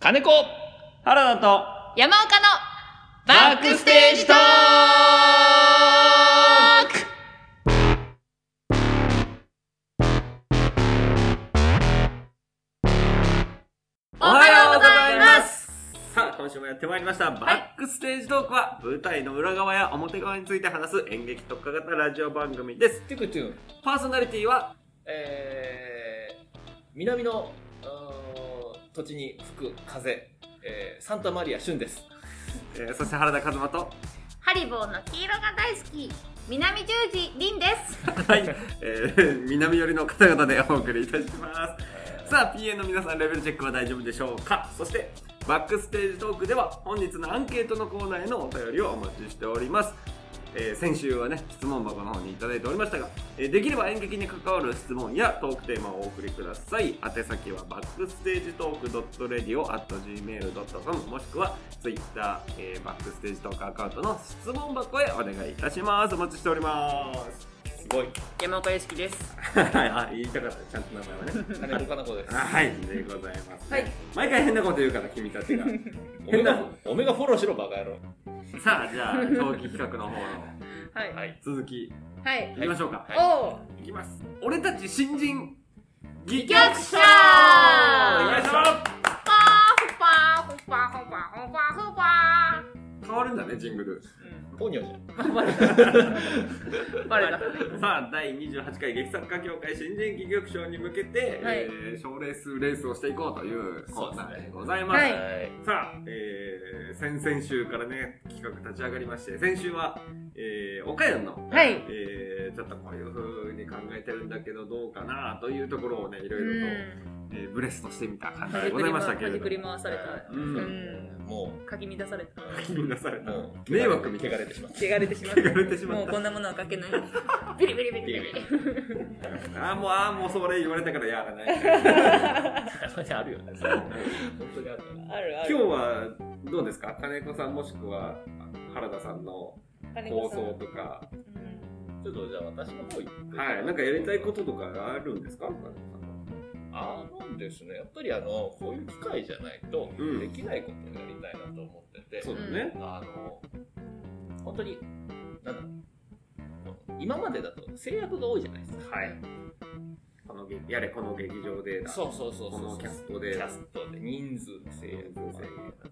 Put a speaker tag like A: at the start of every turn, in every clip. A: 金子
B: 原田と
C: 山岡の
A: バックステージトーク
C: おはようございます
B: さあ今週もやってまいりましたバ
C: い
B: ックステージトークは舞台の裏側や表側について話す演劇特化型ラジオ番組です
A: トゥクトゥン
B: パーソナリティは
A: えー、南のうーん土地に吹く風、えー、サンタマリア旬です
B: えーそして原田和馬と
C: ハリボーの黄色が大好き南十字凛です
B: はい、えー南寄りの方々でお送りいたします。さあ、PA の皆さん、レベルチェックは大丈夫でしょうかそして、バックステージトークでは、本日のアンケートのコーナーへのお便りをお待ちしております。えー先週はね、質問箱の方にいただいておりましたが、えーできれば演劇に関わる質問やトークテーマをお送りください。宛先は、バックステージトーク .radio.gmail.com もしくは、Twitter、えーバックステージトークアカウントの質問箱へお願いいたします。お待ちしております。すごい。
C: 山岡良樹です
B: はい、あ、言いたかった、ちゃんと名前はね。
A: 金子かな子です
B: あはい、でございます。
C: はい。
B: 毎回変なこと言うから、君た ちが。
A: おめがおめがフォローしろバカ野郎
B: さあ、じゃあ、長期企画の
C: はい
B: 方の
A: はい
B: 続き、い
C: はい
B: きましょうか。
A: はい
C: おう
B: い、きます。俺たち新人、戯
C: 逆者
B: お願いしま
C: パーフパーフパーフパーフパーフパ
B: す変わるんだね、ジングル。
A: ポニョじゃん
C: ーバレた
B: さあ、第28回劇作家協会新人戯曲賞に向けて、
C: はい
B: えー賞レースレースをしていこうというコーナーでございます。
C: はい
A: はい
B: さあ、えー、先々週からね、企画立ち上がりまして、先週は、えー、岡山の、
C: はい
B: えー、ちょっとこういう風に考えてるんだけど、どうかなというところをね、いろいろと、えー、ブレストしてみた感じでございましたけれ
C: ほじ
B: ど
C: くり
B: も。
C: 回された
B: う。
C: うんん
A: も
C: かき乱された
B: 気になされ
A: う
B: た。
A: もう
B: 迷惑みたい
A: 汚れてしまっ
C: 汚れてしまっ
B: 汚れてしたま
C: も
B: っ
C: うこんなものはかけ ないビリビリビリビリ
B: た。あーもう、あーもうそれ言われたからやら ない。
A: たたまにあるよねそれ本当にあるよね
C: あるあ
B: 今日は、どうですか金子さんもしくは、原田さんの
C: 金
B: 放
C: 子さん
B: 送とか、
C: うん
A: ちょっとじゃあ私の方行って
B: はい、なんかやりたいこととかあるんですか金子さんは
A: あるんですねやっぱりあのこういう機会じゃないと
B: うん
A: できないことをやりたいなと思ってて、
B: そうだね。
A: あの本当になんだろう今までだと制約が多いじゃないですか
B: はい。この劇やれこの劇場でだ。
A: そうそうそう
B: こ
A: そう
B: のキャストで
A: キャストで人数の制約が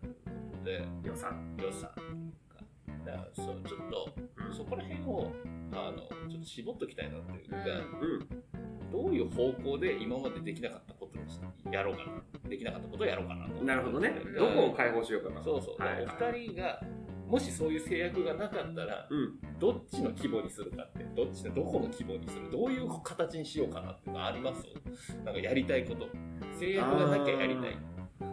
A: で
B: 予算。
A: 予算とかだからそうちょっとそこら辺をあのちょっと絞っときたいなっていうか、
B: うん。
A: どういう方向で今までできなかったことをやろうかなできなかったことをやろうかなと思って
B: なるほどね。どこを解放しようかな。
A: そうそう、
B: はい
A: お二人がもしそういう制約がなかったら
B: うん。
A: どっちの規模にするかってどっちのどこの規模にするどういう形にしようかなっていうのありますなんかやりたいこと制約がなきゃやりたい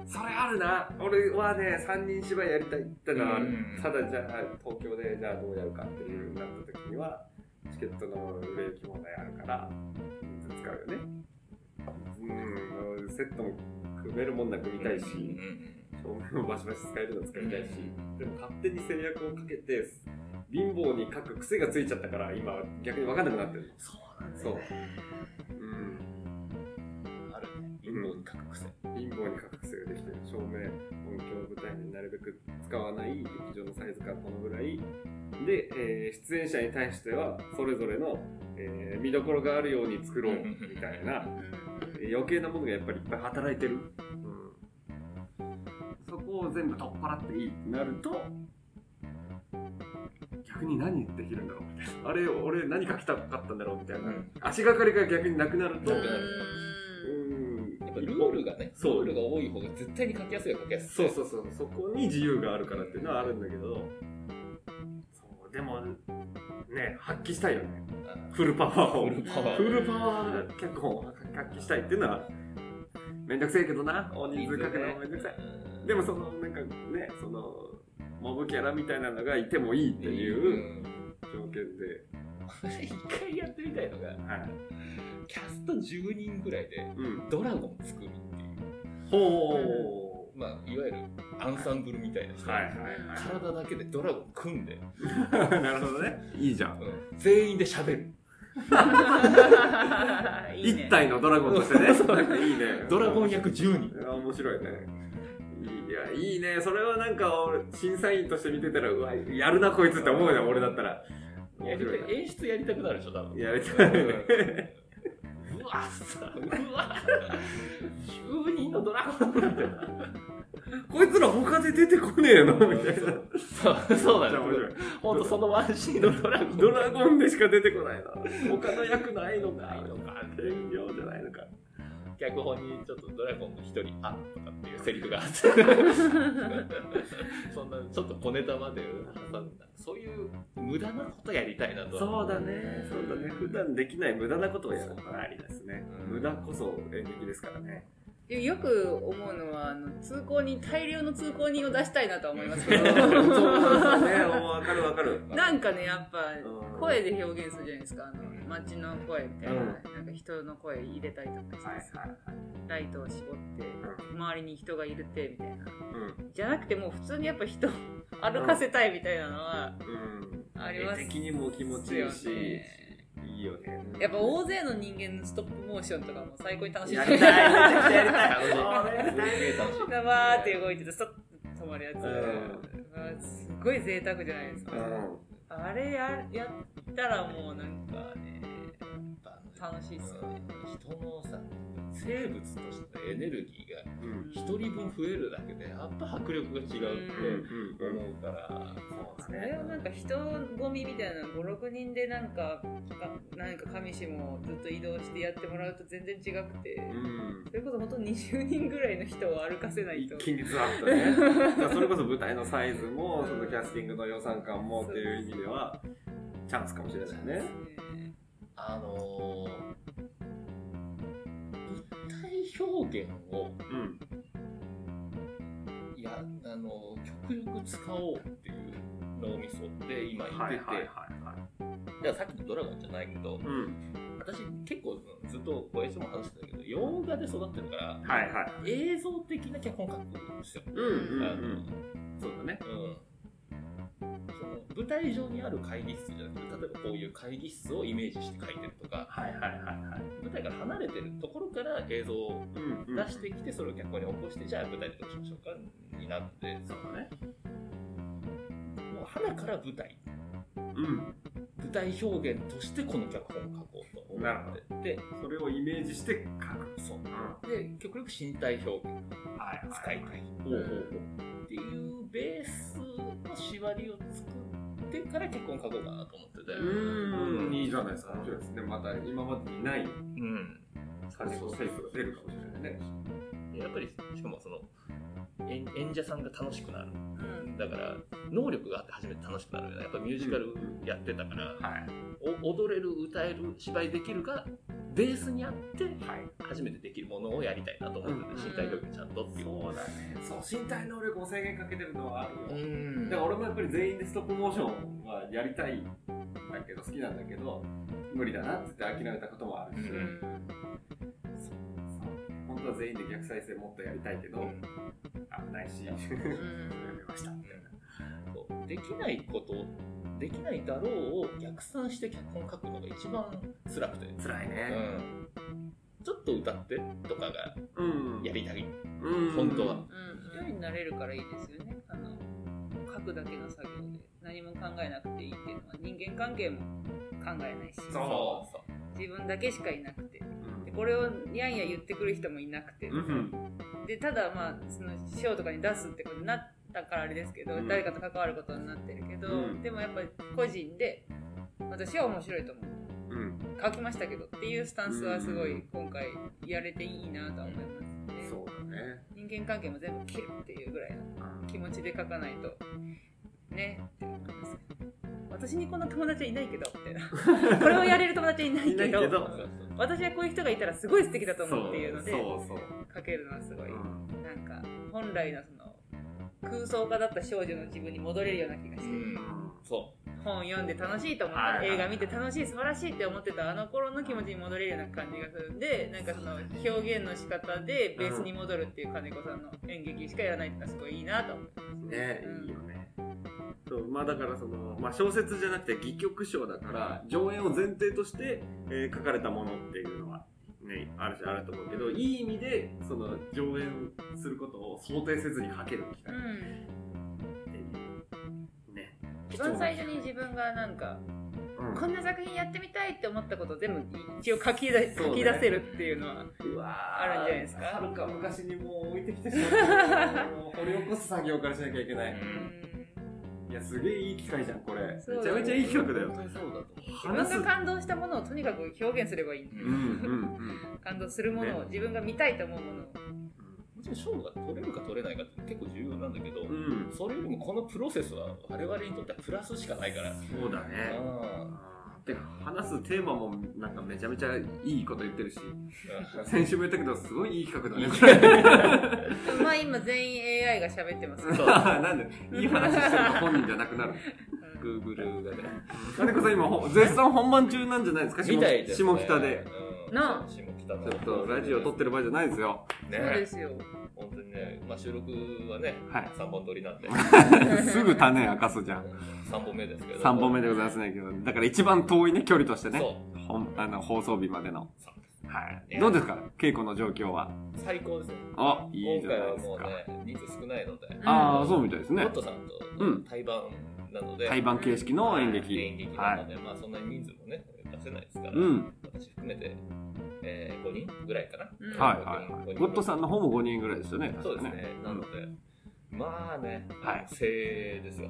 B: それあるな。俺はね、三人芝居やりたいってのはある
A: うん
B: ただじゃあ、東京でじゃあどうやるかっていうなった時には、チケットの売れ行き問題あるから、人数使うよね。うん。セットも組めるもんな組みたいし、
A: うん
B: 照明もバシバシ使えるの使
A: うん
B: い
A: うん
B: たいし。でも勝手に制約をかけて貧乏に書く癖がついちゃったから今逆に分かんなくなってる
A: そうなんです
B: そう
A: よ、
B: うん、
A: あるね貧乏に書く癖、
B: 貧乏に書く癖ができてる照明音響舞台になるべく使わない劇場のサイズ感このぐらいで、えー出演者に対してはそれぞれの、えー見どころがあるように作ろうみたいなえー余計なものがやっぱりいっぱい働いてる、そこを全部取っ払っていいってなると逆に何できるんだろうみたいなあれ俺何書きたかったんだろうみたいな、
A: うん
B: 足がかりが逆になくなると、
A: う
B: うんん
A: やっぱルールがねル
B: そう
A: ールが多い方が絶対に書きやすいは書きやすい
B: そうそうそうそこに自由があるからっていうのはあるんだけどそうでもね発揮したいよね
A: あ
B: フルパワー
A: ー
B: を
A: フルパワ
B: フ
A: ー
B: ルパワー脚本を発揮したいっていうのはめんどくせえけどな大人数かけるのもめんどくさいでもそのなんかねそのモブキャラみたいなのがいてもいいっていう条件で、
A: 私一回やってみたいのが
B: はい
A: キャスト10人ぐらいで
B: うん、
A: ドラゴン作るっていう
B: ほ
A: まあいわゆるアンサンブルみたいな人、
B: うはいはい
A: 体だけでドラゴン組んで、
B: はい なるほどねいいじゃん
A: うん全員で喋る
C: いいね
B: 一体のドラゴンとしてねいいね
A: ドラゴン役10人
B: いや面白いねいや、いいね。それはなんか、俺審査員として見てたら、うわ、やるな、こいつって思うよ、俺だったら。
A: や
B: 面
A: りた
B: 白い
A: い演出やりたくなるでしょ多分
B: やりたい
A: うんうわさうわ10人のドラゴン だって
B: なこいつら他で出てこねえ のみたいな。
A: そうそうだ
B: じゃあ面白
A: ね
B: い
A: ほんとそのワンシーンのドラゴン
B: ドラゴンでしか出てこないな。他の役ないの
A: な
B: か
A: い。のか
B: 天領じゃないのか。
A: 脚本にちょっとドラゴンの一人「あ」とかっていうセリフがあって そんなちょっと小ネタまで挟んだそういう無駄なことやりたいなと
B: そうだね、そうだね。普段できない無駄なことをやるのはありですね。
A: うん
B: 無駄こそ演劇ですからね。
D: でよく思うのはあの通行人大量の通行人を出したいなとは思います
B: そ
D: け
B: う
D: ど
B: だね。わかるわかる。
D: なんかねやっぱ
B: うん
D: 声で表現するじゃないですかあの街の声みたいな,、なんか人の声入れたりとかして
B: はいはい
D: さ、ライトを絞って周りに人がいるってみたいな
B: はい。
D: じゃなくてもう普通にやっぱ人を歩かせたいみたいなのは
B: うん。うん。
D: あります
B: 絵的にも気持ちいいし、いいよね。
D: やっぱ大勢の人間のストップモーションとかも最高に楽しい
B: や
D: わ
B: りたい、めちゃくちゃやりたい。
A: 楽しいすげえ楽しい
D: ーって動いててストッと止まるやつ、
B: ん
D: あーすっごい贅沢じゃないですか、
B: うん
D: あれややったらもうなんかね楽しいっすよね
A: 人のさ生物としてのエネルギーが
B: うん
A: 一人分増えるだけでやっぱ迫力が違うって
B: うん
A: 思うから、
D: それはなんか人ゴミみたいな56人でなんかがなんか上下もずっと移動してやってもらうと全然違くて、
B: うん
D: それこそ本当20人ぐらいの人を歩かせない
B: 一
D: と
B: 気にずわっとねだからそれこそ舞台のサイズもそのキャスティングの予算感もっていう意味ではチャンスかもしれないね
D: ね
A: あのー、物体表現を
B: うん
A: いやあの極力使おうっていう脳みそって今言っ
B: はい
A: てて、
B: はいはいはい
A: だからさっきのドラゴンじゃないけど
B: うん
A: 私結構うんずっとこう映像も話してたけど洋画で育ってるから
B: はいはい
A: 映像的な脚本書くんですよ。
B: うんうん
A: あの
B: うんそうだね
A: うんその舞台上にある会議室じゃなくて例えばこういう会議室をイメージして書いてるとか
B: はいはいはいはい
A: 舞台から離れてるところから映像を
B: うんうん
A: 出してきてそれを脚本に起こしてじゃあ舞台でどうしましょうかになって
B: そうだね
A: もう花から舞台
B: うん
A: 舞台表現としてこの脚本を書こうと思
B: な
A: ってて
B: それをイメージして書く
A: そう
B: うんは
A: で極力身体表現
B: いはい
A: 使いたいっていうベースの縛りを作ってから結婚書こうかなと思ってて
B: うーんいいじゃないですか面白いですねまた今までにない
A: うん
B: 感じのセンスが出るかもしれないね
A: でやっぱりしかもその演演者さんが楽しくなる
D: うん
A: だから能力があって初めて楽しくなるよねやっぱミュージカルやってたから、
B: はい
A: お踊れる歌える芝居できるがベースにあって
B: はい
A: 初めてできるものをやりたいなと思ってて、
D: うん
A: 身体表現ちゃんとっていう
B: そうだね。そう、身体能力も制限かけてるのはあるよ。
A: ん
B: だから俺もやっぱり全員でストップモーションはやりたいんだけど、好きなんだけど、無理だなって言って諦めたこともあるし、
A: うん
B: そう本当は全員で逆再生もっとやりたいけど、
A: うん
B: 危ないし、や
D: う
B: め
D: ん
B: ました。
A: そうできないことできないだろうを逆算して脚本書くのが一番辛くて、。
B: 辛いう
A: ん、ちょっと歌ってとかが
B: うん。
A: やりたい、
B: うん
A: 本当は。
D: うん、一人になれるからいいですよね。あの書くだけの作業で何も考えなくていいっていうのは人間関係も考えないし、
B: そう
A: そう
D: 自分だけしかいなくて、
B: うん
D: でこれをやんや言ってくる人もいなくて、
B: うん。
D: でただまあそのショーとかに出すってことになったからあれですけど、
B: うん
D: 誰かと関わることになってるけど、
B: うん
D: でもやっぱり個人で私は面白いと思う。
B: うん。
D: 書きましたけどっていうスタンスはすごい今回やれていいなとは思いますね。
B: そうだね。
D: 人間関係も全部切るっていうぐらいの気持ちで書かないとねって思いますね私にこんな友達はいな いけどみたいなこれをやれる友達はいない
B: いな
D: け
B: いけ
D: ど
B: ど、
A: そうそう
D: 私はこういう人がいたらすごい素敵だと思うっていうので
B: そうそう。
D: 書けるのはすごい
B: うん
D: なんか本来のその空想家だった少女の自分に戻れるような気が
A: う
D: して、
A: んそ
D: 本読んで楽しいと思った、
B: はいはい
D: 映画見て楽しい素晴らしいって思ってたあの頃の気持ちに戻れるような感じがするんでなんかその表現の仕方でベースに戻るっていう金子さんの演劇しかやらないっていうのはすごいいいなと思う
B: ね、
D: うん
B: いいよね。そうまあだからその、まあ、小説じゃなくて戯曲賞だから上演を前提として、えー書かれたものっていうのは、うね、あるしあると思うけどいい意味でその上演することを想定せずにかける機
D: う
B: 会っ
D: ん、
B: ていうね
D: 一番最初に自分がなんか
B: うん
D: こんな作品やってみたいって思ったことを全部一応書き出書き出せるっていうのは
B: うわー
D: あるんじゃないですか
B: はるか昔にもう置いてきてしまったもう掘り起こす作業からしなきゃいけな
A: う
B: い
A: ん
B: いやすげえいい機会じゃんこれめち
D: そう
B: ゃめちゃいい企画だ
A: 本当に
B: よ
A: そうだと思う
D: 自分
B: 話す
D: が感動したものをとにかく表現すればいい
B: うんうん
D: 感動するものを自分が見たいと思うものを
A: もちろん賞が取れるか取れないかって結構重要なんだけど、
B: うんうん
A: それよりもこのプロセスは我々にとってはプラスしかないから、
B: そうだね
A: あ
B: てか話すテーマもなんかめちゃめちゃいいこと言ってるし
A: ー
B: 先週も言ったけどすごいいい企 画だねこれ
A: いい
D: まあ今全員 AI が喋ってますね、
A: そう
B: なんでいい話してると本人じゃなくなる
D: うん
A: Google がね
B: 金子さん今ほ絶賛本番中なんじゃないですか下
A: みたいですね
B: 下北で、
A: うん
D: なあ
A: 下北の
B: ちょっとラジオ撮ってる場合じゃないですよ
A: ね
D: そうですよ
A: 本当にね、まあ、収録はね、
B: はい
A: 三本撮り なんで
B: すぐ種明かすじゃん
A: 三本目ですけど
B: 3本目でございますねけどだから一番遠いね距離としてね
A: そ
B: ほんあの放送日までの
A: うそう
B: はい
A: ね
B: どうですか稽古の状況は
A: 最高ですね
B: あいいじ
A: 今
B: ゃ
A: 回
B: ない
A: は
B: です
A: もう
B: か、
A: ね人数少ないので
B: ああそうみたいです
A: ゴ
B: ね
A: ットさんと
B: うん
A: 対バンなので、
B: 対バン形式の演劇
A: 演劇な
B: は
A: ので、まあそんなに人数もね出せないですから、
B: いうん
A: 私含めて、えー、5人ぐらいかな、
D: うん
B: はいはいはいゴッドさんの方も5人ぐらいですよね
A: そう
B: 確
A: で
B: か
A: すねなので、まあね
B: はい
A: 精鋭ですよ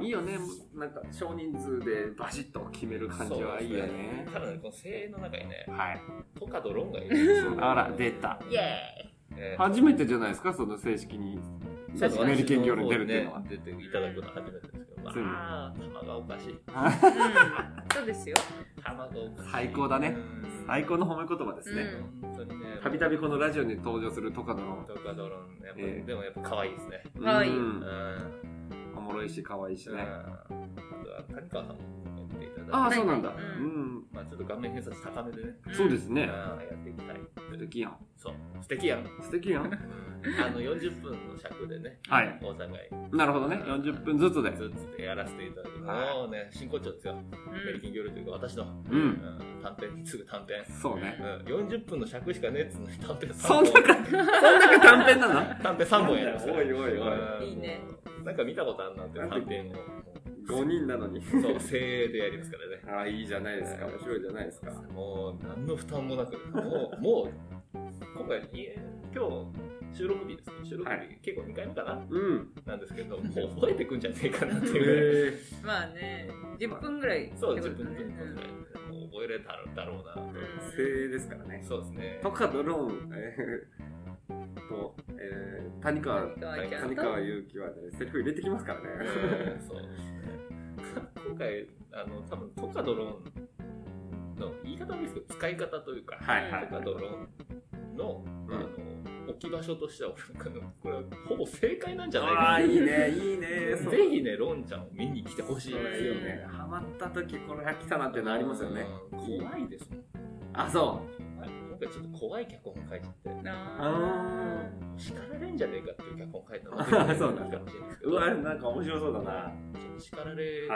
B: いいよねなんか少人数でバシッと決める感じはいい
A: そ
B: よ
A: うです
B: ね
A: ただねこの精鋭の中にね
B: はい
A: トカドロンがいるんですよ
B: あら出た
C: イエ
A: えー
B: 初めてじゃないですかその正式に
A: そうです
B: アメリカン業に出るっていうのは
A: ね出ていただくの初めてですけど、ま
B: そう
A: あ、玉がおかしい。
D: うんそうですよ
A: 玉がおかしい。
B: 最高だね
A: うん
B: 最高の褒め言葉ですね、
D: うん
A: 本当にね。
B: たびたびこのラジオに登場するトカの、
A: トカドロン、やっぱ、
B: えー
A: でもやっぱ可愛いですね。
B: う、
D: はい
A: うんん。
B: おもろいし可愛いし
A: うん
B: ね、
A: あとは谷川さんもやっていただいて、
B: ああそうなんだ、
D: うん
B: うん
A: まあ、ちょっと顔面偏差値高めでね、
B: そうです
A: うん
B: ね
A: やっていきたい。
B: 素敵やん
A: そう、素敵やん。
B: 素敵やん
A: あの40分の尺でね、
B: はい
A: お互い
B: なるほどね40分ずつで
A: ずつでやらせていただく
B: はい
A: もうね、真骨頂ですよ。
D: う
A: メリ
D: ん
A: キン料理というか、私の、
B: う
A: うんん、短編、すぐ短編。
B: そうね
A: うん、40分の尺しかねえっつうのに短編3
B: そん
A: 本
B: なかそんなか短編なの
A: 短編3本やりますから
B: おいおいおい
A: うん
D: いいね
A: なんか見たことあるなって短編をも
B: 5人なのに
A: うそう精鋭でやりますからね
B: ああいいじゃないですか
A: うん
B: 面白いじゃないですか
A: もう何の負担もなく、もう、もう今回、いえ今日収録日ですね、収録日、
B: はい
A: 結構2回目かな、
B: うん
A: なんですけど、もう覚えてくんじゃねえかなっていうぐらい、
B: へ
D: まあね10分ぐらいって
A: そう、
D: こ
A: 10
D: と
A: 分、
D: ね
A: 10分ぐらい、もう覚えれたらだろうなと、
D: うん
B: え精鋭ですからね
A: そうですね、
B: トカドローンえーと、えー、谷川
D: うん川合ちゃん
B: 谷
D: と
B: 川祐希はねセリフ入れてきますからね
A: うんそうですね。今回、あの多分トカドローンの言い方もいいですけど、使い方というか、
B: はいはい
A: トカドローンの,、あの置き場所としては、俺なんかこれはほぼ正解なんじゃないかな
B: ああいいねいいねそう
A: ぜひね、ロンちゃんを見に来てほしい
B: そ
A: で
B: れ
A: す
B: いい
A: よ
B: よ。ねハマった時これが来たなっていうのありますよね
A: うん。怖いですもん。
B: あそう
A: はい今回ちょっと怖い脚本書いちゃって、
D: あ
A: 叱られんじゃねえかっていう脚本書いたのが
B: そうなんだ
A: かもしれないですけど
B: うわなんか面白そうだなは
A: ちょっと叱られ
B: い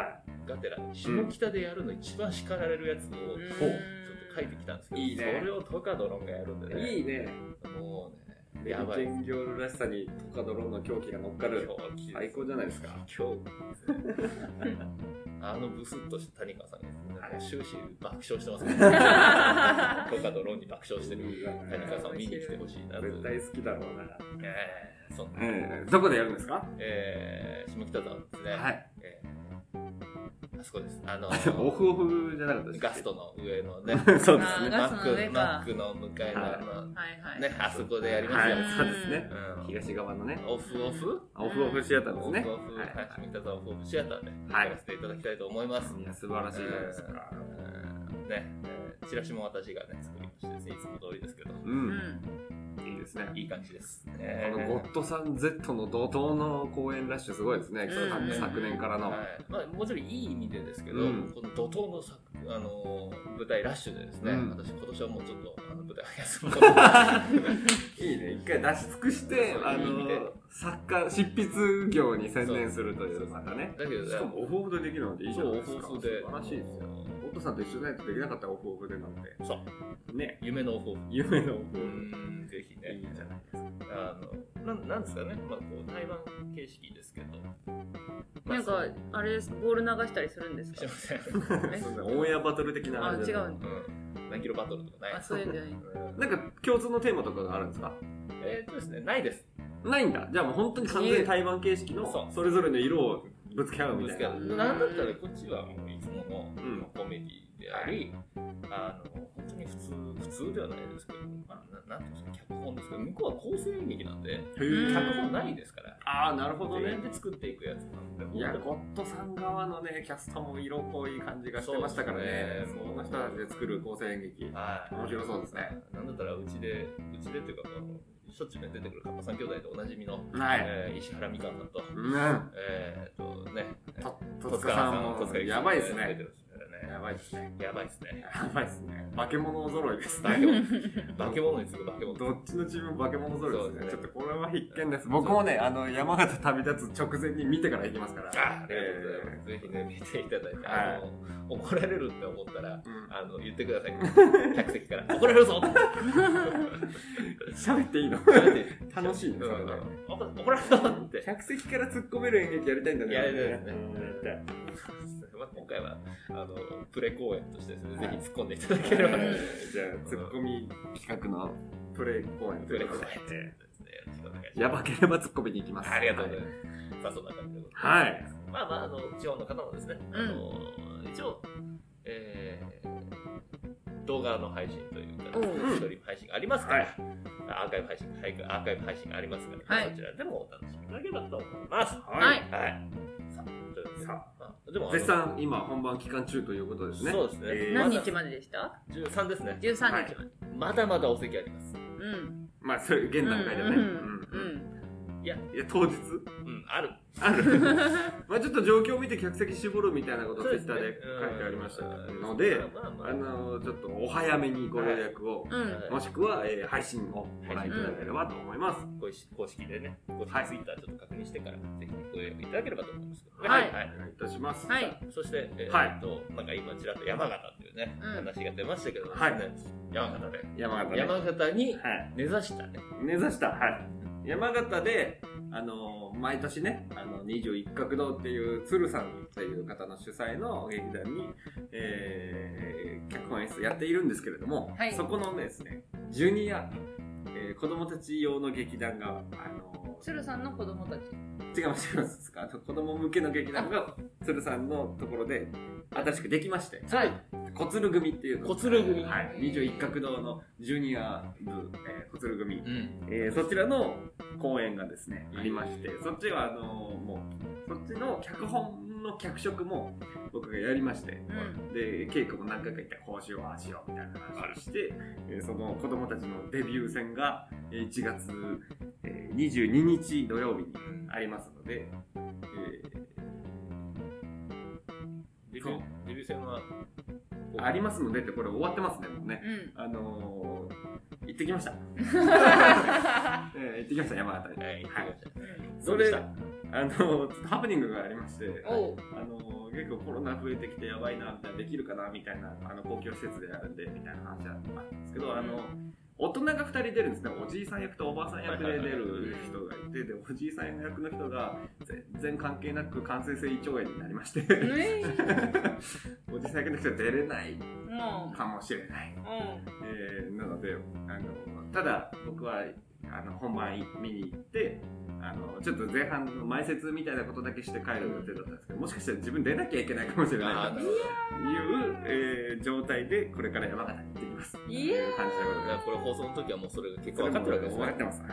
A: がてら、下北でやるの一番叱られるやつを、
D: うん
A: ちょっと書いてきたんですけど、
B: いいね
A: それをトカドロンがやるんでね。
B: いいね
A: もうね、
B: レ
A: や
B: ン
A: ば
B: チ
A: い。
B: ェンギョールらしさにトカドローンの狂気が乗っかる
A: 狂気
B: 最高じゃないですか
A: 狂気ですねあのブスッとした谷川さんが、ね、 終始爆笑してます ね。トカドロンに爆笑してる谷川さんを見に来てほしいなと。
B: 絶対好きだろうな
A: えーそう
B: えーどこでやるんですか
A: えー下北沢ですね。
B: はい
A: えーあそこです。あの、
B: オフオフじゃなかったです
A: ガストの上のね。
B: ト そうで
D: あ
B: す
D: ー
B: ね
A: マ
D: ガ
A: ッ
D: スの
A: ク
D: 上か
A: マックの向かいの、
B: は
A: ま
B: い
D: はいは
A: あ
D: い、
A: ね、あそこでやります
B: は
A: よ
B: い。そうですね
A: うん
B: 東側のね
A: オフオフ
B: オフオフシアターで
A: オ
B: す
A: フ
B: ね
A: オフ、
B: は
A: はいい、下北沢オフオフシアターで
B: は
A: や
B: い
A: らせていただきたいと思います。
B: いや素晴らしいじゃないですか
A: うんね、えーチラシも私がね、作りましてですね、いつも通りですけど、
B: う
D: うんん
B: いいですね
A: いい感じです。
B: あ
A: ね
B: のゴッドさん Z の怒涛の公演ラッシュすごいですね、
D: うん
B: 昨昨年からの、
A: はいまあ、もちろんいい意味でですけど、
B: うん
A: この怒涛の作、あのー舞台ラッシュでですね、
B: うん
A: 私今年はもうちょっとあの舞台を休むことに
B: いいね一回出し尽くして
A: そう
B: あ
A: いい意味で
B: の作家執筆業に専念するというまたね
A: だけど
B: しかもオフオフでできるのでいいじゃ
A: そ、
B: ないうですか
A: 放送で。
B: 素晴らしいですよ
A: あのー
B: お父さんと一緒じゃないとできなかったオフオフでなんて
A: そう
B: ね
A: 夢の抱負
B: 夢のオ
A: う
B: フオフ
A: んぜひね
B: いいじゃないですか
A: あのなんなんですかね、まあ、こう台湾形式ですけど、まあ
D: なんかあれですボール流したりするんです
A: す
D: か
A: いません、
D: え
B: そうですねオンエアバトル的な
D: あ
B: れ
D: 違
B: じゃない
D: うんだ
A: うん、何キロバトルとかない
D: あそういうんじゃない
A: うん
B: なんか共通のテーマとかがあるんですか
A: えーっとですねないです
B: ないんだじゃあもう本当に完全に台湾形式
A: そ
B: の
A: う
B: それぞれの色をぶつけ合うみ
A: ぶ
B: た
A: つ
B: い
A: け合
B: な
A: う
D: うん
A: なんだったらこっちはもういつもの
B: ん
A: コメディであり、あの本当に普通普通ではないですけど、まあ、ななんていうんですか脚本ですけど向こうは構成演劇なんで
B: へ
D: うん
A: 脚
B: ー
A: 本ないですから
B: ああなるほど
A: 全
B: ね
A: 員で作っていくやつなんで
B: い
A: 本
B: や
A: 当に
B: ゴッドさん側のねキャストも色濃い感じがしてましたからね
A: そうですね
B: そんな人たちで作る構成演劇
A: はい
B: 面白そうですね
A: なんだったらうちでうちでっていうかあのしょっちゅうね出てくるカッパさん兄弟でおなじみの、
B: はい
A: えー石原みかんさんと
B: うん
A: えー、っとね
B: と戸塚さん
A: 戸
B: も
A: 塚
B: やばいです
A: 出
B: ね
A: てるんですから
B: や
A: ね
B: ばいですね
A: やばいですね
B: やばいですね化け物揃いです
A: 化け物化け物に次ぐ化け物
B: どっちの自分も化け物揃いですねち
A: そ
B: ょ
A: うです
B: っ
A: ね
B: とこれは必見です僕もねあの山形旅立つ直前に見てから行きますから
A: あありがとうございます、ぜひね見ていただいて、あの怒られるって思ったら
B: えーうん
A: あの言ってください客席から怒られるぞ
B: 喋っていいの楽しいね
A: う
B: それ
A: ん
B: ね
A: 怒怒られるぞって
B: 客席から突っ込める演劇やりたいんだね
A: やりたいですね
B: うんやりたい
A: まあ、今回はあのプレ公演としてですね、
B: はい
A: ぜひ突っ込んでいただければ、
D: うん
B: じゃあツッコミ企画のプレイ公演
A: プレ公演
B: ということ
A: という
B: で
A: ことでよろしくお願いします。
B: やばければツッコミに行きます
A: ありがとうございます。さあ、そんな感じでございます。
B: はい
A: まあまあ、あの、地方の方もですね、
D: ん
A: あの、一応、えー動画の配信というか、
D: うん
A: ストリーム配信がありますから、
B: はい
A: アーカイブ配信、配アーカイブ配信がありますから、
D: はい
A: そちらでもお楽しみいただければと思います。は
B: はい
A: い。さあ、ということで、
B: さ
A: まあでもあの
B: 絶賛今本番期間中ということですね
A: そうですね
B: えー
A: な
D: 何日まででした
A: 13ですね。
D: ?13 日まで、
A: まだまだお席あります。
D: うん
B: まあそれ現段階ではね
D: うん
B: うん
D: うん
B: いや当日
A: うん、ある。
B: ある まあちょっと状況を見て客席絞るみたいなことツイッターで書いてありましたので、
A: まあまあ
B: あのちょっとお早めにご予約を、
D: うん
A: はい
B: もしくは、えー配信をご覧いただければと思います、
A: 公式公式でね、公式
B: はい
A: ツイッターちょっと確認してから、ぜひご予約いただければと思いますけどね。
D: はい
B: お願いいたします、
D: はい
A: さあそして、えー
B: はい
A: えっと、なんか今ちらっと山形っていうね、
D: うん
A: 話が出ましたけどですね、
B: はい
A: 山形で、
B: 山形ね
A: 山形に
B: はい
A: 根ざしたね、
B: 目指したはい山形であの毎年ねあの21角堂っていう鶴さんという方の主催の劇団に、えー脚本演出やっているんですけれども、
D: はい
B: そこのですねジュニア、えー子供たち用の劇団があの
D: 鶴さんの子供たち
B: 違います違いますあの子供向けの劇団が鶴さんのところで新しくできまして
A: はい、
B: 小鶴組っていうの
A: 小鶴組
B: はい、21角堂のジュニア部、えー小鶴組
A: うん、
B: えーそちらの公演がですね
A: うん
B: ありましてそっちはあのーもうそっちの脚本の脚色も僕がやりまして、
D: ん
B: で稽古も何回か行ってこうしようああしようみたいな話をして、えーその子供たちのデビュー戦がえー1月えー22日土曜日にありますので、
A: デビュ
B: そう
A: ーデビュー戦は、
B: えーありますのでってこれ終わってますねもうね
D: う、ん
B: あのー行ってき ました、えー行ってきました山形に。
A: はい、行ってきました
B: それあのちょっとハプニングがありましてあ
D: おう
B: の結構コロナ増えてきてやばいなみたいなできるかなみたいなあの公共施設でやるんでみたいな話だったんですけどあの大人が2人出るんですねおじいさん役とおばあさん役で出る人がいてでおじいさん役の人が全然関係なく感染性胃腸炎になりま して
D: ね
B: おじいさん役の人は出れない
D: も
B: かもしれない、
D: ううん
B: えーなのであのただ僕はあの本番見に行ってあのちょっと前半の前説みたいなことだけして帰る予定だったんですけどもしかしたら自分出なきゃいけないかもしれ
A: あ
B: な
A: ー
B: い
A: なる
B: とい
A: ほど
B: う、えー状態でこれから山形に行ってきますと
D: いやー
B: いう感じでござい
A: だから
B: ます
A: これ放送の時はもうそれが結
B: そ
A: 構
B: れ
A: 分か
B: も
A: ってるわけです
B: 終
A: ね
B: わってます、はい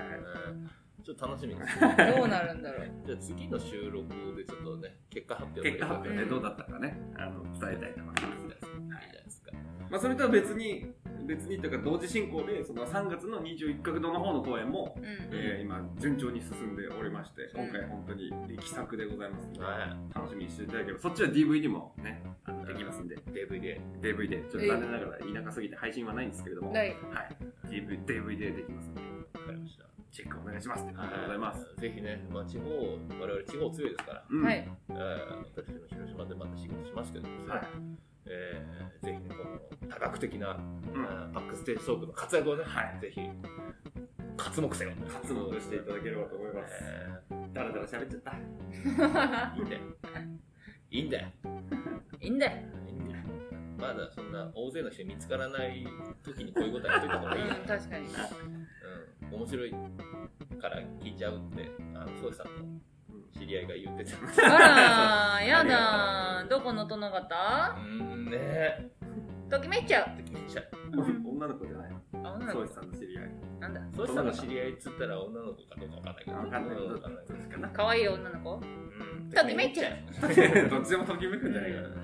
A: うんちょっと楽しみです
D: どうなるんだろう
A: じゃあ次の収録でちょっとね、結果発表
B: 結果発表
D: う
B: で
D: ん
B: どうだったかね、あの伝えたいと思います
A: いいじゃないですか。いいじゃないですか。
B: まあ、それとは別に別にというか同時進行でその3月の21角堂の方の公演も
D: うん
B: えー今順調に進んでおりまして
D: うん
B: 今回本当に力作でございますので、
A: は
B: 楽しみにしていただければそっちは DVD もねあのできますんで
A: い。DVD。
B: DVD ちょっと残念ながら田舎すぎて配信はないんですけれども、
D: な
B: はい、
D: い
B: DV DVD できますんで
A: わかりました。
B: チェックお願いしますって感じでございます、
A: ぜひね、まあ、地方、我々地方強いですから、
B: うん
D: はい
A: えー私の広島でまた仕事しますけども、
B: はい
A: えーぜひねこの多角的な、
B: うん
A: あーバックステージトークの活躍をね、
B: はい
A: ぜひ活目せよ
B: 活動していただければと思います。
A: え
B: だらだら喋っちゃった。
A: ーいいんだよ いいんだよ
D: いいんだよ。
A: いいんだよまだそんな大勢の人に見つからない時にこういうことはやっといた方
D: う
A: がいい よ、
D: ん、確かに。
A: うん、面白いから聞いちゃうってあのソウさんの知り合いが言ってた
D: あら、やだ。どこの殿方
A: うーんね え
D: ときめいちゃう。
B: お女の子じゃないの。
D: あ、女の
B: そう
D: 子
B: で。す、あの知り合い。
D: なんだ。
A: ソウさんの知り合いっつったら女の子かどうかわかんないけど
B: わかんないけ
A: う
B: ど、
A: わ
B: どっ
A: かんないけど
B: ちかな。
D: 可愛い女の子
A: うん
D: ときめいちゃう。
B: どっちでもときめくんじゃないかな。
A: と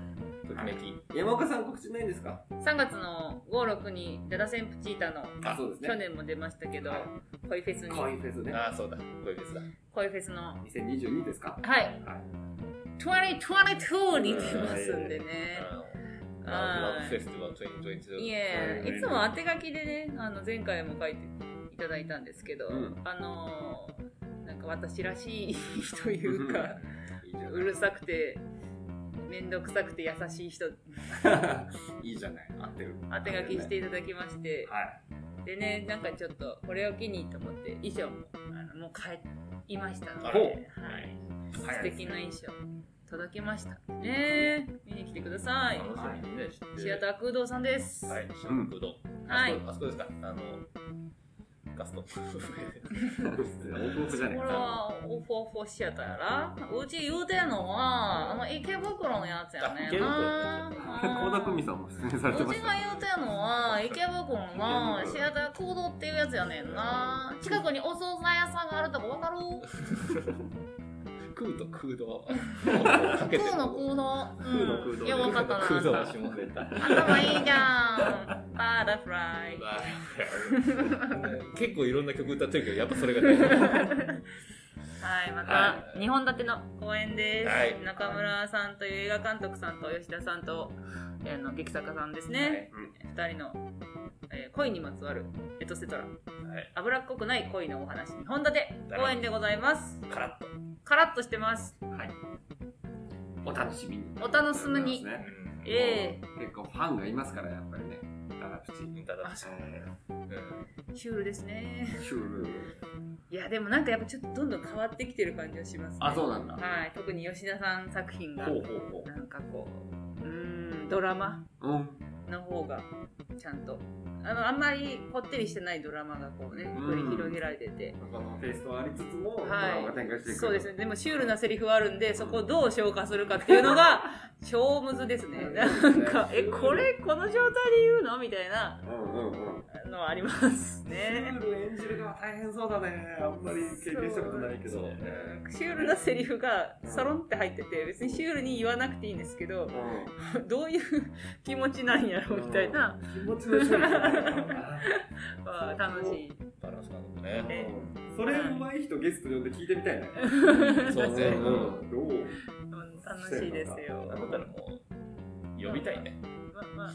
A: きめき
B: 山岡さん告知ないんですか
D: 3月の5、6にダダセンプチータの
B: あ、そうです
D: 去
B: ね。
D: 年も出ましたけど
B: はい、
D: 恋フェスに、
B: 恋フェスね。
A: ああそうだ恋別だ
D: 恋フェスの、
B: 2022ですか
D: はい、
B: はい。
D: 2022に出ますんでね。
A: ラブ
D: は
A: フェスティバル2022
D: い。いえ、いつも当て書きでね、あの前回も書いていただいたんですけど、
B: うん
D: あのーなんか私らしい というか、
B: いいじゃ
D: うるさくて、面倒くさくて優しい人、
B: ない。いいじゃない。合ってる。
D: 当て書きしていただきまして、
B: はい。
D: でね、なんかちょっとこれを機にと思って、衣装もあのもう変えいましたので、
A: あ
D: は
A: ら
D: い、
B: はい
D: 素敵な衣装届きましたね。見に来てください。
A: 楽しみにね知って
D: シアター空洞さんです。
A: はいシアターブドウ
D: はい
A: あそこあそこですかあのガスト
B: 大久保じゃねえ
D: これ
B: か。
D: はオフオフォシアターやらうち言うてんのはあの池袋のやつやね
A: あ池袋のや
D: んな
A: つ
B: 高田久美さんも出演されて
D: う
B: ま
D: ち
B: した
D: が
B: ね。
D: 言うてんのは池袋のシアター行動っていうやつやねんな近くにお惣菜屋さんがあるとこわかる
A: 空と空洞かけて
C: 空の空の
B: 空の空洞
D: いやわかったな
A: 空洞下ネタ
C: 頭いいじゃん
D: バタフライ
A: 結構いろんな曲歌ってるけどやっぱそれが大事
D: はい、ま
A: は
D: た
A: い
D: 2本立ての公演です、
A: はい
D: 中村さんという映画監督さんと吉田さんと、えーの劇作家さんですね、二2人の、えー恋にまつわるエトセトラ
A: はい
D: 脂っこくない恋のお話2本立て公演でございます
A: カラッと
D: カラッとしてます
B: はい。お楽しみに。
D: お楽しみに、
B: そうですね
D: え
B: 結構ファンがいますから、やっぱりね。ダラプチ。
A: うんただ
B: え
A: うん
D: シュールですね
B: ーシュール。
D: いやでもなんかやっぱちょっとどんどん変わってきてる感じがしますね
B: あ、そうなんだ。
D: はい特に吉田さん作品が
A: ほうほうほ
D: なんかこううーんドラマ
B: うん。
D: の方がちゃんとあのあんまりこってりしてないドラマがこうね
B: うん
D: 繰り広げられてて、
B: このテイストはありつつも、ドラマが展開してい
D: はい
B: く。
D: そうですねでもシュールなセリフはあるんでそこをどう消化するかっていうのが超むずですねなんかえこれこの状態で言うのみたいな
B: うんうんうん。
D: のはあります
B: シュー
D: ね
B: ル演じるのは大変そうだね。あんまり経験したことないけど。
A: そう
D: シュールなセリフがサロンって入ってて別にシュールに言わなくていいんですけど
B: う
D: どういう気持ちなんやろ
B: ん
D: みたいな、
B: 気持ちの処理がないからな
D: あー楽しい。
A: うバランス感覚ね
D: え
B: うんそれうまい人ゲスト呼んで聞いてみたいね。
A: そうね
B: うんどう
D: うん楽しいですよ。
A: なんだったらもう呼びたいね
D: まあまあ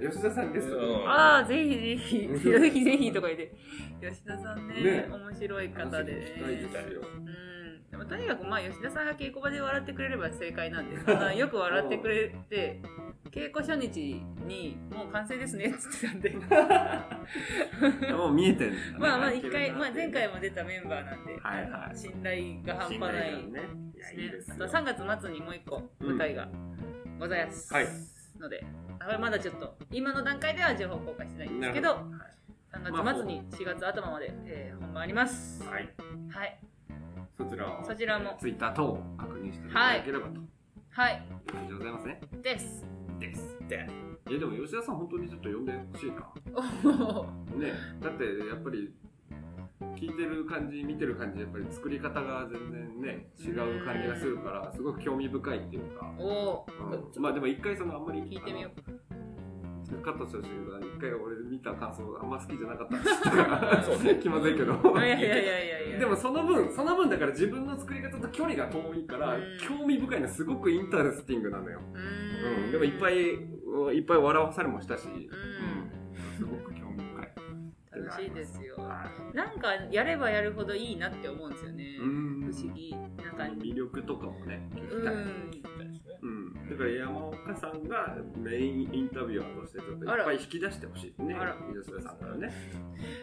B: 吉田さんゲストで
A: うん
D: ああ、ぜひぜひ、ぜひぜひとか言って、吉田さんね、
B: ね
D: 面白い
B: 話
D: 方でね
B: 聞きたいですよ。
D: うん、でもとにかく、まあ、吉田さんが稽古場で笑ってくれれば正解なんです が、よく笑ってくれて、稽古初日に、もう完成ですねって 言ってたんで、
B: もう見えてるんだね
D: まあまあ、
B: いけ
D: 一
B: るな
D: 回、
B: って
D: まあ、前回も出たメンバーなんで、
B: はいはい
D: 信頼が半端
B: 信
D: ない
B: 頼
D: で
B: 感ね。いや
D: す
B: いい
D: ね
B: ですよ
D: あと3月末にもう一個舞台がございます、
B: はい
D: のであこれまだちょっと今の段階では情報公開してないんですけど3月末に4月頭まで、えー本番ありますは
B: はい。
D: い
B: そちらを。
D: そちらも
B: ツイッター等を確認していただければと。いう
D: はい
B: 感じでございますね。
D: です
B: です。で。いやでも吉田さん本当にちょっと呼んでほしいな。
D: おー
B: ねだってやっぱり聞いてる感じ見てる感じやっぱり作り方が全然ね違う感じがするからすごく興味深いっていうか、
D: お
B: うん、まあでも一回そのあんまり
D: 聞いてみよ
B: うカットしてほしいけど一回俺見た感想あんま好きじゃなかったって言った から
A: そうね
B: 気 まずいけど
D: ういやいやいやいやいや
B: でもその分その分だから自分の作り方と距離が遠いから
D: うん
B: 興味深いのすごくインタレスティングなのよ、
D: う
B: う
D: ー
B: ん、
D: ん
B: でもいっぱいいっぱい笑わされもしたし、
D: うん
B: うん、すごく興味深い
D: 楽しいですよ
B: はい
D: なんかやればやるほどいいなって思うんですよね
B: うん
D: 不思議なんか
B: 魅力とかもね聞きたい、
D: うん
A: みたいですね
B: うんだから山岡さんがメインインタビュアーとしてちょっといっぱい引き出してほしいですね
D: あら。
B: 水添さんからね。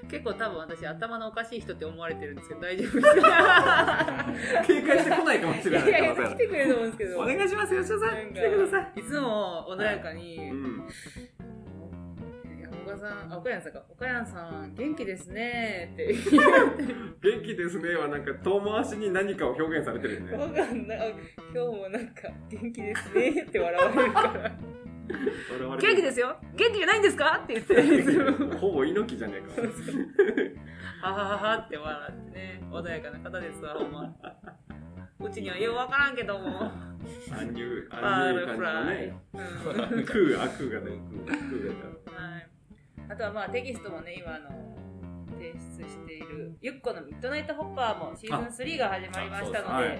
D: 結構多分私頭のおかしい人って思われてるんですけど大丈夫ですか
B: 警戒してこないかもし
D: い
B: れ
D: や
B: ない
D: いやい
B: い
D: や来てくれると思うんですけ ど
B: お願いします、吉田さ。
D: なんん
B: 来
D: か
B: てください。
D: いつも穏やかに、
B: うん。
D: 岡さん、あ、岡山さんか、岡山さん、元気ですねーって言って、
B: 元気ですねはなんか遠回しに何かを表現されてるよね。
D: わかん ない、あ今日もなんか、元気ですねーって笑われるから、 元気ですすよ元気じゃないんですかって言って、いつも、
B: ほぼ猪木じゃねえか。
D: ははははって笑ってね、穏やかな方ですわ、ほんま。うちにはようわからんけど も、
B: アンニュー、
D: バ
B: アンニュー
D: ール
B: 感
D: フ
B: じの
D: ライ。
B: ね。
D: うん
B: クー、アクーがね、クーがい
D: はい。あとはまあテキストもね、今あの提出している、ゆっこのミッドナイトホッパーもシーズン3が始まりましたので、
B: あそう
D: はい
B: で、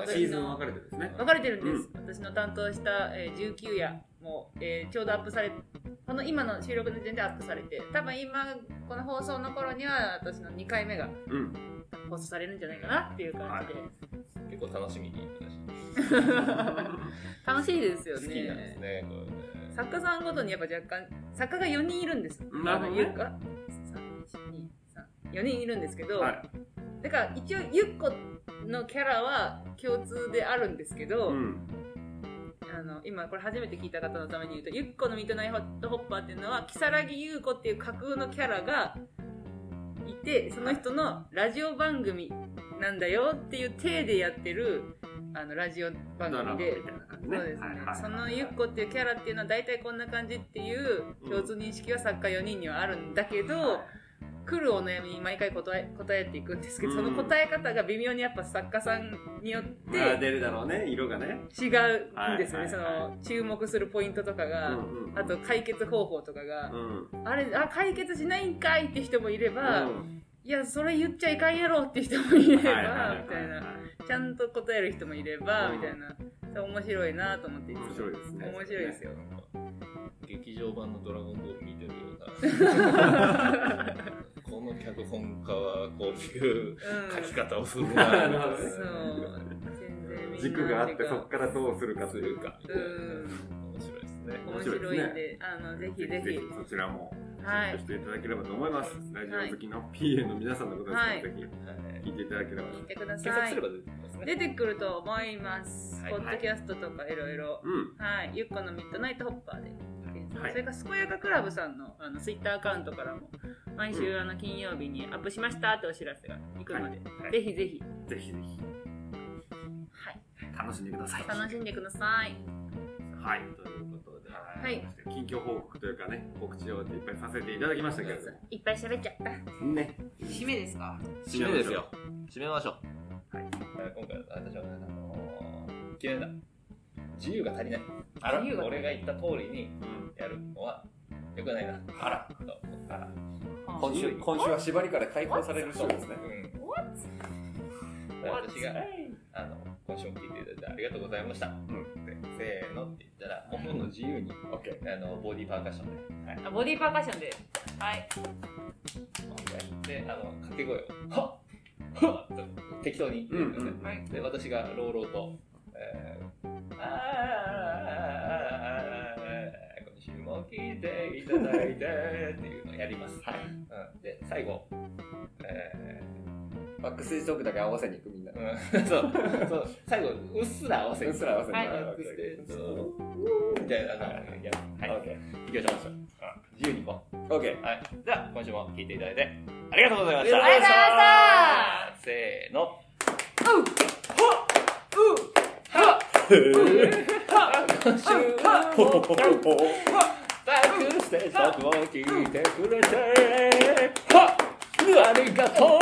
A: はい
B: た。シーズン分かれてるんですね。
D: 分かれてるんです。私の担当した、えー19夜も、えーちょうどアップされ、この今の収録の時点でアップされて、多分今、この放送の頃には私の2回目が
B: うん。
D: 放送されるんじゃないかなっていう感じで、
A: 結構楽しみに私
D: 楽しいですよ
A: 好きなんです
D: ね。
A: ねこれね
D: 作家さんごとにやっぱ若干、作家が4人いるんです。
B: なるほどね
D: あのゆっこあ3 2 3 4人いるんですけど、
B: はい。
D: だから一応ゆっこのキャラは共通であるんですけど、
B: うん。
D: あの今これ初めて聞いた方のために言うとゆっこのミッドナイトホッパーっていうのは如月優子っていう架空のキャラがいてその人のラジオ番組なんだよっていう体でやってるあのラジオ番
B: ドラマ
D: 組
B: み
D: で
B: たいな感じ
D: そう
B: ね。
D: ですね
B: はいはいはい
D: そのゆっこっていうキャラっていうのは大体こんな感じっていう共通認識は作家4人にはあるんだけど、来るお悩みに毎回答え答えていくんですけど、
B: うん
D: その答え方が微妙にやっぱ作家さんによっ
B: まあ
D: て
B: 出るだろうね、色がね。
D: 違うんですよね、
B: はいはいはい
D: その注目するポイントとか
B: う
D: が、
B: んうん
D: あと解決方法とかが、
B: うん。
D: あれあ解決しないんかいって人もいれば、
B: うん
D: いやそれ言っちゃいかんやろって人もいれば、
B: はいはいはい
D: みたい
B: は
D: なちゃんと答える人もいれば、
B: うん
D: みたいなそう面白いなと思っていつも
B: 面白いですね
D: 面白いですよ、
A: なんか劇場版の「ドラゴンボール」見てるようなこの脚本家はこういう
D: うん
A: 書き方をするなみたいな
B: そう
D: そう全然みんな
B: 軸があって
D: 違う
B: そこからどうするか
A: か
B: と
A: す
B: い
A: る
B: うか。
A: かみたいな面白いですね
D: 面白いんで
B: 面白いで
D: あのぜひぜひ
B: そちらも
D: は
B: チェック
D: い
B: していただければと思います。ラジオ好きの PA の皆さんのことですから、
D: はい
B: ぜ
A: はい
B: ひ聞いていただければ。
D: 聞いてくだ
A: 検索
D: さ
A: す
D: い
A: れば出てきますね
D: 出てくると思います、
A: はい
D: ポッドキャストとかいろいろ
B: うん。
D: はいゆっこのミッドナイトホッパーで検索、
B: はい
D: それから健やかクラブさんのあのツイッターアカウントからも毎週、あの金曜日にアップしましたってお知らせが行くので、
B: はい
D: ぜひぜひ、
B: ぜひぜひ
D: はい、
B: 楽しんでください。
D: 楽しんでください
B: はい、ということで、
D: はい
B: 近況報告というかね、告知をいっぱいさせていただきましたけれど
D: いっぱい喋っちゃった
B: も。ね。
D: 締めですか
A: 締めですよ。締めましょう。はい。今回私は、あのー、決めた。自由が足りない。あら
D: 自由が足
A: 俺
D: り
A: が
D: ない
A: 言った通りに
B: うん。
A: やるのは良くないな。あらと思ったら。
D: は
B: 週、今週は縛りから解放されるそうですね。
A: うん。私が、あの、今週も聞いていただいてありがとうございました。ってせーのって言ったら、もの自由に、
B: オッケ
A: あの、ボディーパーカッションで。はい
D: あボディーパーカッションではい
A: で、あの、掛け声を、はっはっと適当に言ってください。
B: うんうん
D: はい
A: で、私が朗々と、えー、あー今週も聞いていただいてっていうのをやります。はい。うん、で、最後、え
B: ー。バックステージトークだけ合わせに行くみんな。
A: ー、うん、 そう、そう、最後、うっすら合わせ
B: うっすら合わせに
A: は
B: 行
A: い、
B: く。
A: バックステージとみたいなのをやる。はい。
B: オッケー。
A: 行きましょう。うん自由に行こ
B: オッケー。
A: う。はい。じゃあ、今週も聞いていただいて、ありがとうございました。
B: ありがとうございま
A: した。せーの。今週は
B: ほほほほほ。
A: バックステージトークを聞いてくれてはっありがとう